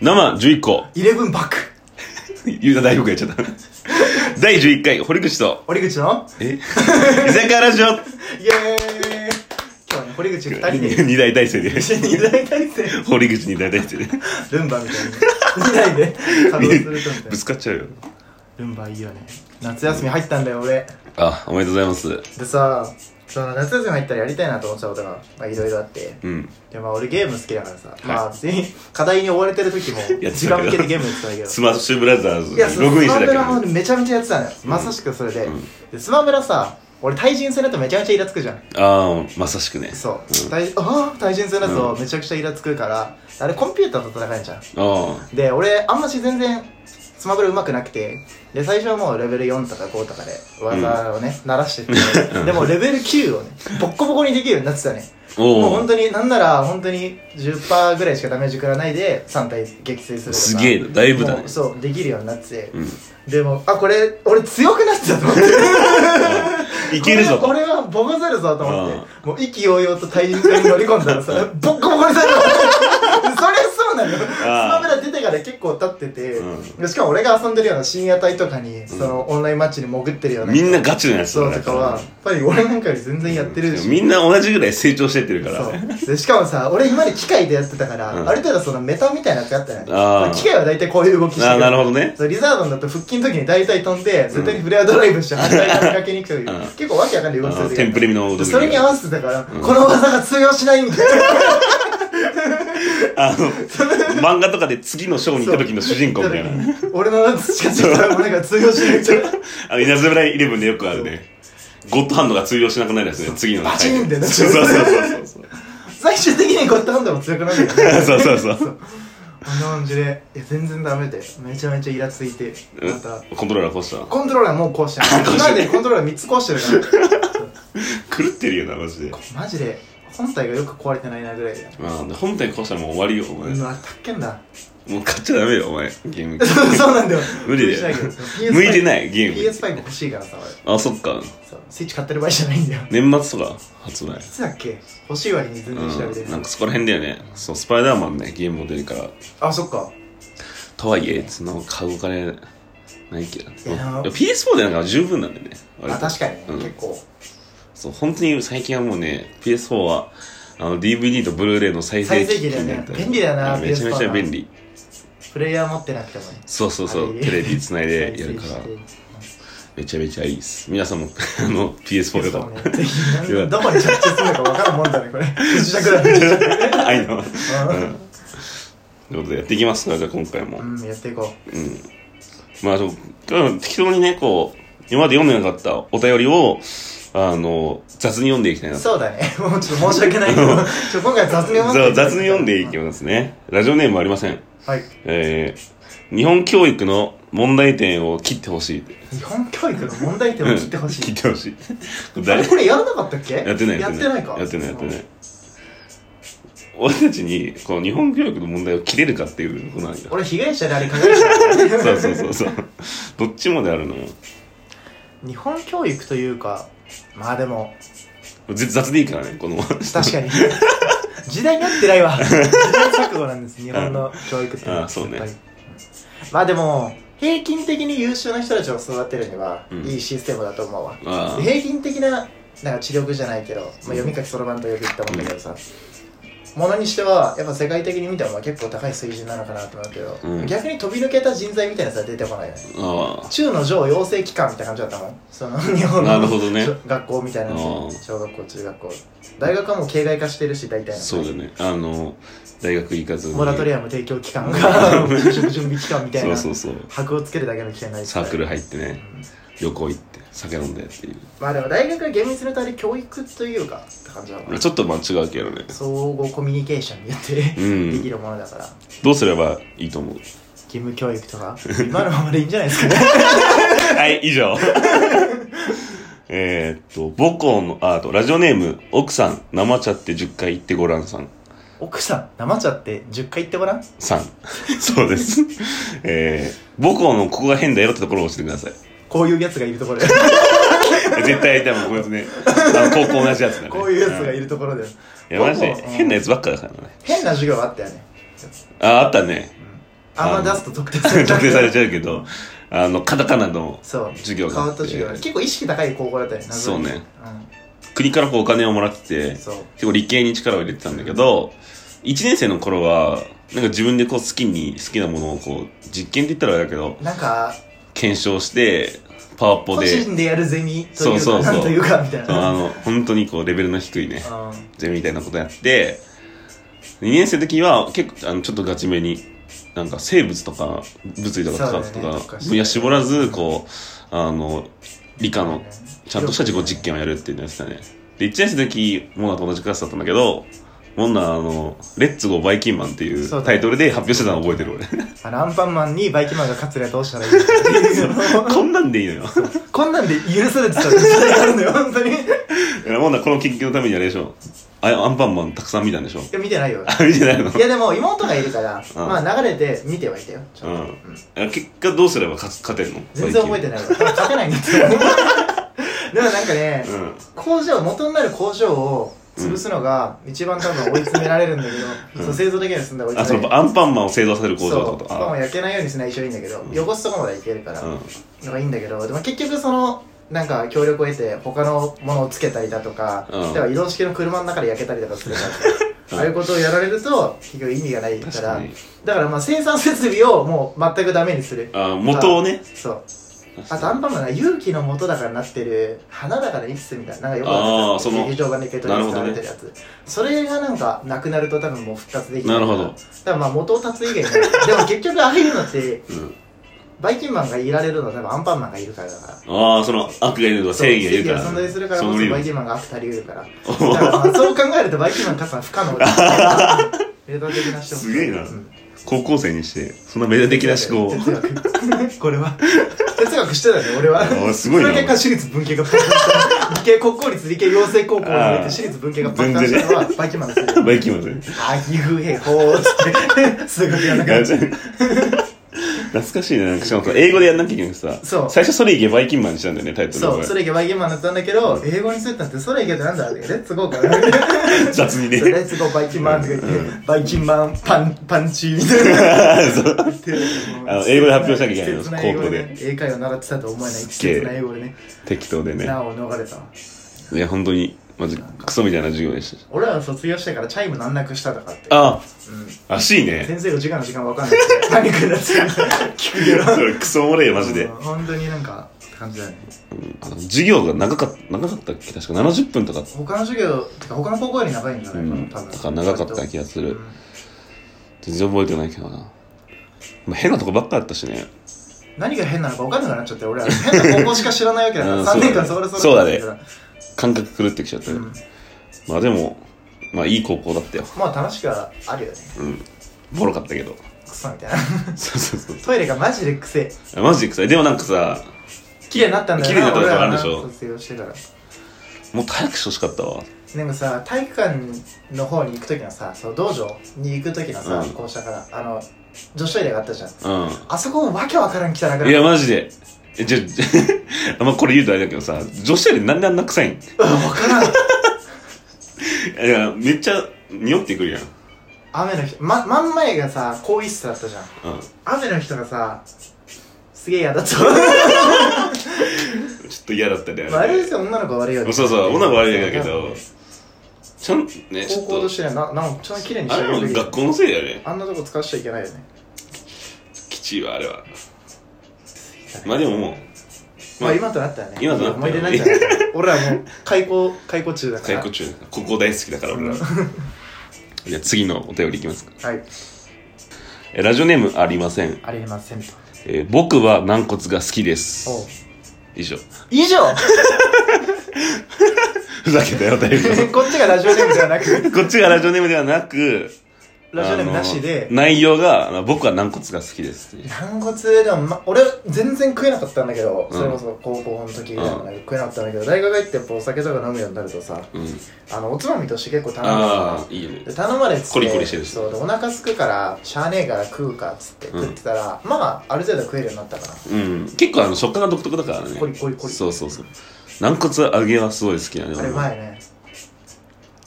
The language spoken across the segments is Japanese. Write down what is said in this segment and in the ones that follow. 生11個。イレブンバック言うた大福やっちゃった。第11回、堀口と、堀口のえ居酒屋ラジオイエーイ今日はね堀口2人 で二大体制で。 2台体制堀口二大体制で。ルンバみたいに2台で稼働するとみたいぶなつかっちゃうよ。ルンバいいよね夏休み入ったんだよ俺あ、おめでとうございます。でさその夏休み入ったらやりたいなと思ってたことがまあいろいろあってうん。でまあ俺ゲーム好きだからさ、まあ別に課題に追われてる時もや時間向けてゲームやってたんだけどスマッシュブラザーズいや、そロのグインスしマてブたかラらもね。めちゃめちゃやってたのよ、まさしくそれで,、うんでスマブラさ俺対人戦だとめちゃめちゃイラつくじゃんああ、まさしくね。そう、ん対ああ対人戦だとうめちゃくちゃイラつくから、あれコンピューターと戦えんじゃんあで俺あんまし全然スマブラ上手くなくてで最初はもうレベル4とか5とかで技をね、鳴らしてって、でもレベル9をねボッコボコにできるようになってたねあ。もうお本お。当になんなら本当に10%ぐらいしかダメージ食らわないで3体撃墜するとかすげえなだいぶだねもうそうできるようになってて、うん。でもあこれ俺強くなってたと思って いけるぞこと。れはボコされるぞと思ってもう意気揚々と対人戦に乗り込んだらさボッコボコにされた それそうなのよスあマーブラ出てから結構経ってて、うんでしかも俺が遊んでるような深夜帯とかに、そのオンラインマッチに潜ってるようなみんなガチのやつそうとかはやっぱり俺なんかより全然やってるし、みんな同じぐらい成長してってるから。そうでしかもさ俺今まで機械でやってたから、うんある程度そのメタみたいなやつあったよねあー機械は大体こういう動きしてあーなるほどねそうリザードンだと腹筋の時に大体飛んで絶対にフレアドライブして反対側にかけに行くという、うん結構わけわかんない動きするあーテンプレみの踊りでそれに合わせてたから、この技が通用しないみたいなあ の、漫画とかで次のショーに行った時の主人公みたいな。俺の培ってきたものが通用しないみたいなあの、稲妻イレブンでよくあるね。ゴッドハンドが通用しなくなるやつね、次のバチーンってなっちそうゃうそうそうそう。最終的にゴッドハンドも強くなるよねそうそうそうそう。こんな感じでいや全然ダメでめちゃめちゃイラついてまた コントローラーこうしたコントローラーもうこうしてない今までコントローラー3つこうしてるから狂ってるよな、マジで。マジで本体がよく壊れてないなぐらいで。まあ、本体こうしたらもう終わりよ、お前。うん、あったっけんだ。 もう買っちゃダメよ、お前。ゲーム機。そうなんだよ。無理だよ 向いてないゲーム PS5 欲しいからさ、俺。あ、そっか。そうスイッチ買ってる場合じゃないんだよ。年末とか発売い。つだっけ欲しい割に全然調べてうん、るなんかそこら辺だよね。そう、スパイダーマンね、ゲームも出るから。あ、そっか。とはいえ、その買うお金ないけど。いや PS4 でなんか十分なんだよね。割あ、と確かにね、うん結構。そう、本当に最近はもうね、PS4 は、あの、DVD とブルーレイの再生機再生機だよねになった便利だよなうんめちゃめち PS4 ゃは便利。プレイヤー持ってなくてもね。そうそうそあう、れテレビつないでやるから再、生めちゃめちゃいいです。皆さんも、 あの、して PS4 そうと ね。ぜひ、よかったどこに着地するのか分かるもん だね、これ。不時着だね。か、愛の。うん。うんということでやっていきますから、じゃあ今回も。うん、やっていこ。うん。まあ、そう適当にね、こう、今まで読んでなかったお便りを、あの、雑に読んでいきたいうなと。そうだね。 もうちょっと申し訳ない けど、ちょ今回雑に読ませてそういた雑だきたに読んでいきますね。ラジオネームありません。はい。えー、日本教育の問題点を切ってほしい。日本教育の問題点を切ってほし切いっ。てほしい。あ誰 れこれやらなかったっけやってないやってないか。やってないやってない。俺たちに、この日本教育の問題を切れるかっていうことなんよ。俺被害者であり加害者そうそうそうそう。どっちもであるのよ。 日本教育というか、まあでも、ぜ雑でいいからね、この。確かに。 時代に合ってないわ。時代錯誤なんです、日本の教育っていうのは。あそうねやっぱり。まあでも、平均的に優秀な人たちを育てるには、うんいいシステムだと思うわ。あで平均的な、なんか知力じゃないけど、まあ、読み書きそろばんとよく言ったもんだけどさ、ものにしては、やっぱ世界的に見ても結構高い水準なのかなと思うけど、うん逆に飛び抜けた人材みたいなさ出てこないよね。あ。ああ。中の上養成機関みたいな感じだったもんその日本なるのほどね。学校みたいなやつあー小学校中学校大学はもう形骸化してるし大体のそうだね。あの、大学行かずに。モラトリアアム提供機関が 準備期間みたいそうなそうそう。箔をつけるだけの機関になりサークル入ってうね、ん旅行行って、酒飲んでっていう。まあでも大学は厳密に言うとあれ教育というかって感じだもんちょっとまあ違うけどね。総合コミュニケーションによってうできん。るものだからどうすればいいと思う義務教育とか今のままでいいんじゃないですかね はい、以上。えーっと、母校のアート、ラジオネーム、奥さん、生茶って10回言ってごらんさん。奥さん生茶って10回言ってごらんさん。そう です。えー、母校のここが変だよってところを教えてくださ い。こういうやつがいる ところで絶対やりたいもん、こうやつね。あの、高校同じやつだね。こういうやつがいる。るところでいや、マジで母校、変なやつばっかだからね。変な授業あったよねあ、あったね。 あんま出すと特定されちゃう特定されちゃうけど、あの、カタカナのそう授業変わがあっったて授業結構意識高い高校だったよね謎にそうね国からこうお金をもらっててうん、そう結構理系に力を入れてたんだけど、1年生の頃は、なんか自分でこう好きに、好きなものをこう、実験って言ったらあれだけど、なんか検証して、パワポ個で、人でやるゼミとそいううそかうそうなんというかみたいそうあなの、本当にこう、レベルの低いね、うんゼミみたいなことやって、2年生の時は結構、あの、ちょっとガチめに、なんか生物とか、物理とか科学とそうだねか、分野絞らず、こう、あの、理科のちゃんとした自己実験験をやるっていうのやってたね。で、1年生の時、モナと同じクラスだったんだけど、モナはあの、レッツゴーバイキンマンっていそううだねタイトルで発表してたの覚えてる俺。あのアンパンマンにバイキンマンが勝つにはどうしたらいいのかっていうのをこんなんでいいのよ。こんなんで許されてた時代があ るのよ本当にいいやモナこの研究のためにあれでしょ。あアンパンマンたくさん見たんでしょ。や見てないよあ、見てないのいやでも妹がいるからんまあ流れて見てはいたよちょっとうんうんあ結果どうすれば勝つ勝てるの全然覚えてない。ないわ勝てないんだってでもなんかねうん。工場元になる工場を潰すのが一番多分追い詰められるんだけど、うんそう製造できるようにするんだ追いあ、そ詰めのられるアンパンマンを製造させる工場ってそうことパンあは焼けないようにしない一緒いいんだけど、うん汚すとこまでいけるから、うん。のがいいんだけどでも結局そのなんか協力を得て他のものをつけたりだとか、うん例えば移動式の車の中で焼けたりとかするから うんああいうことをやられると結局意味がないか確らかに。だからまあ生産設備をもう全くダメにするあ、元をね。そうあとアあンパンマンが勇気の元だからなってる花だから一種みたいななんかよくあーわかそんないの劇場版で受け取りに使われてるやつ、それがなんかなくなると多分もう復活できないなるほどだからまあ元を立つ以外ないでも結局ああいうのってうん。バイキンマンがいられるのは多分アンパンマンがいるからだからああ、その悪がいるとか正義がいるから。正義が存在するからこそそのバイキンマンが悪たりいるからおだからまあそう考えるとバイキンマン勝つのは不可能だ 冷凍的な人もすげえなうん高校生にして、そんなメデ的な思考を。哲学これは哲学してたね俺はあすごいなその結果私立文系が爆発した理系国公立理系養成高校に入れて私立文系が爆発したのはバイキンマンの せいだバイキンマンだね。あひふへほーっつって数学やんなかった懐かしいね。なんかしかもさ英語でやんなきゃいけないさ。そう最初、ソレイゲバイキンマンにしたんだよね、タイトルそう、俺それいけバイキンマンだったんだけど、英語にするってなって、それいけってなんだろうね、レッツゴーかな。レ雑にね。ッツゴーバイキンマンとか言って、バイキンマンパン、パンチみたいな。そうあの英語で発表しなきゃいけないの季節英語高ね英会話習ってたと思えない、季節な英語でね、適当でね。難を逃れたわ。いや、本当に、まず、クソみたいな授業でした。俺らが卒業してからチャイム難なくしたとかって。あうんあ、らしいね。先生が時間の時間わかんなくて、パニックになって聞くけど。それクソおもれえよ、 マジでうん。本当になんか、って感じだよね。あの授業が長かった、長かったっけ確か70分とか。他の授業、てか他の高校より長いんじゃうないかん。な、多分。とか長かった気がすうる。ん全然覚えてないけどな。まあ変なとこばっかあったしね。何が変なのか分かんなくなっちゃって俺ら変な高校しか知らないわけだかうんら3年間そこでそうだね育ってき感覚狂ってきちゃったたよ。からうんまあでも、まあいい高校だったよ。まあ楽しくはあるよねうん。ボロかったけど。クソみたいなそうそうそう。トイレがマジでくせえあマジで臭い。でもなんかさ、綺麗になったんだ綺よな麗になった俺とこあらるでがしょ卒業してからもっと早くしてほしかったわ。でもさ体育館の方に行く時のさその道場に行く時のさうん校舎からあの女子トイレがあったじゃんうあそこもわけわからん汚くなかっん。たいや、マジで。えじゃ、 じゃあんまこれ言うとあれだけどさ、女子トイレなんであんな臭いんうんわからんいや、めっちゃ匂ってくるやん。雨の日ま真ん前がさ更衣室だったじゃんうん。雨の人がさすげえ 嫌だったちょっと嫌だったね。まああれですよ。よ女の子は悪いよねそうそう、女は悪いんだけど、ちゃん、ね、ちょ高っ校ととし、てはななんちゃんと綺麗にしあてれも学校のせいだよね。あんなとこ使わしちゃいけないよねきちいわ、あれは。まあでももう、ままああ今となったらね今となったら思い出ないんじゃ ない俺らもう開校開校中だから最高中だからここ大好きだから、俺ら。じゃあ次のお便りいきますか。はいえラジオネームありません。ありえませんとえー僕は軟骨が好きですおう。以上。以上ふざけたよ、だいぶ。 こっちがラジオネームではな くこっちがラジオネームではなく、ラジオネームなしあでの内容が、あの僕は軟骨が好きですっていう。軟骨でも、ま、俺全然食えなかったんだけど、うんそれこそ高校の時ぐらいまで食えなかったんだけど大学入ってやっぱお酒とか飲むようになるとさうん。あのおつまみとして結構頼むんですよああ、いいね。で頼まれててコリコリしてるしそうでお腹すくからしゃあねえから食うかっつってうん食ってたら、まあある程度食えるようになったかなうん。結構あの食感が独特だからね。コリコリコリそうそうそう。軟骨揚げはすごい好きなね。あれ俺も前ね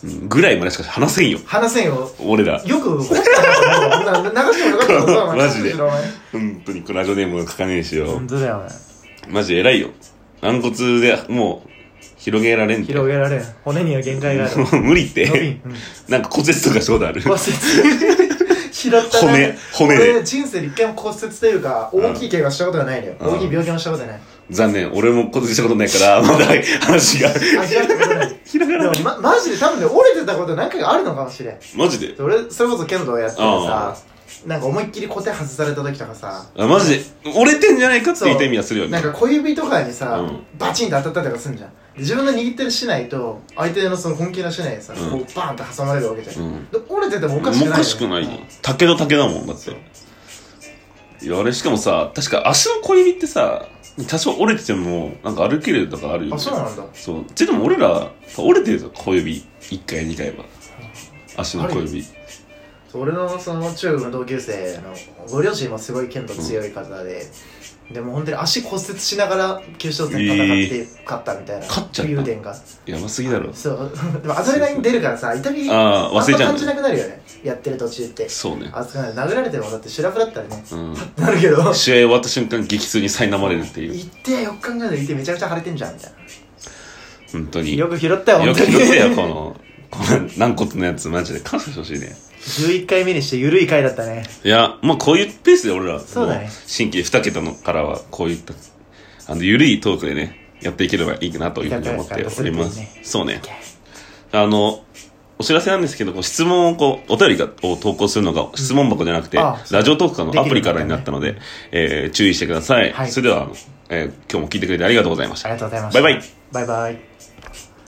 うんぐらいまでしか話せんよ。話せんよ俺ら。よく掘ったなと思うな流してもなかった ことだなマジで知らない本当にこれラジオネームが書かねえしよ本。当だよねマジ偉いよ。軟骨でもう、広げられんって。広げられん骨には限界が ある無理っ伸て。びん、うん、なんか骨折とかそうだある。骨折拾 ったな骨骨で俺人生で一回も骨折というか大きい怪我したことがないのよ、うん大きい病気もしたことない残念。俺も骨折したことないから、 まだ話が。味わったことない広がでらもない。、ま、マジで多分ね折れてたことなんかがあるのかもしれんマジで。俺それこそ剣道やっててさなんか思いっきりコテ外された時とかさあ、マジで。折れてんじゃないかって言った意味はするよなねん。か小指とかにさ、うんバチンと当たったりとかすんじゃんで自分の握ってる竹刀と相手のその本気の竹刀でさ、うんこうバーンと挟まれるわけじゃん、うん。で折れててもおおかしくないよねかしくないよ。竹と竹だもん、だって。いや、あれしかもさ、確か足の小指ってさ、多少折れてても、なんか歩けるとかあるよ、うんね。あそうなんだそう。でも俺ら、折れてるぞ、小指。1回、2回は。足の小指。そう俺のその中学の同級生のご両親もすごい剣道強い方で、でも本当に足骨折しながら決勝戦戦って勝ったみたいな、勝っちゃった竜電がやばすぎだろ。そうでもアドレナリン出るからさ痛みあんああ、ま忘れちゃ感うんじだなよ。くなるよねやってる途中ってそうね。熱くなる殴られてもだってシラフだったらねうん。なるけど試合終わった瞬間、激痛に苛まれるっていう。行ってよく考えたら行ってめちゃくちゃ腫れてんじゃんみたいな本当に。よく拾ったよよ本く当に拾って よ、この、この軟骨のやつ、マジで。感謝してほしいね。 11回目にして緩い回だったねいや、まあこういうペースで俺ら、そうだねも新規2桁のからは、こういった、あの、ゆるいトークでね、やっていければいいかなというふうに思っておりますいい。そうね。あの、お知らせなんですけど、こう質問をこう、お便りがを投稿するのが質問箱じゃなくて、あそうラジオトークのアプリからにできなるんだねったので、えー注意してください。はいそれでは、あのえー今日も聞いてくれてありがとうございましたあり。がとうございましたバイバイバイバイ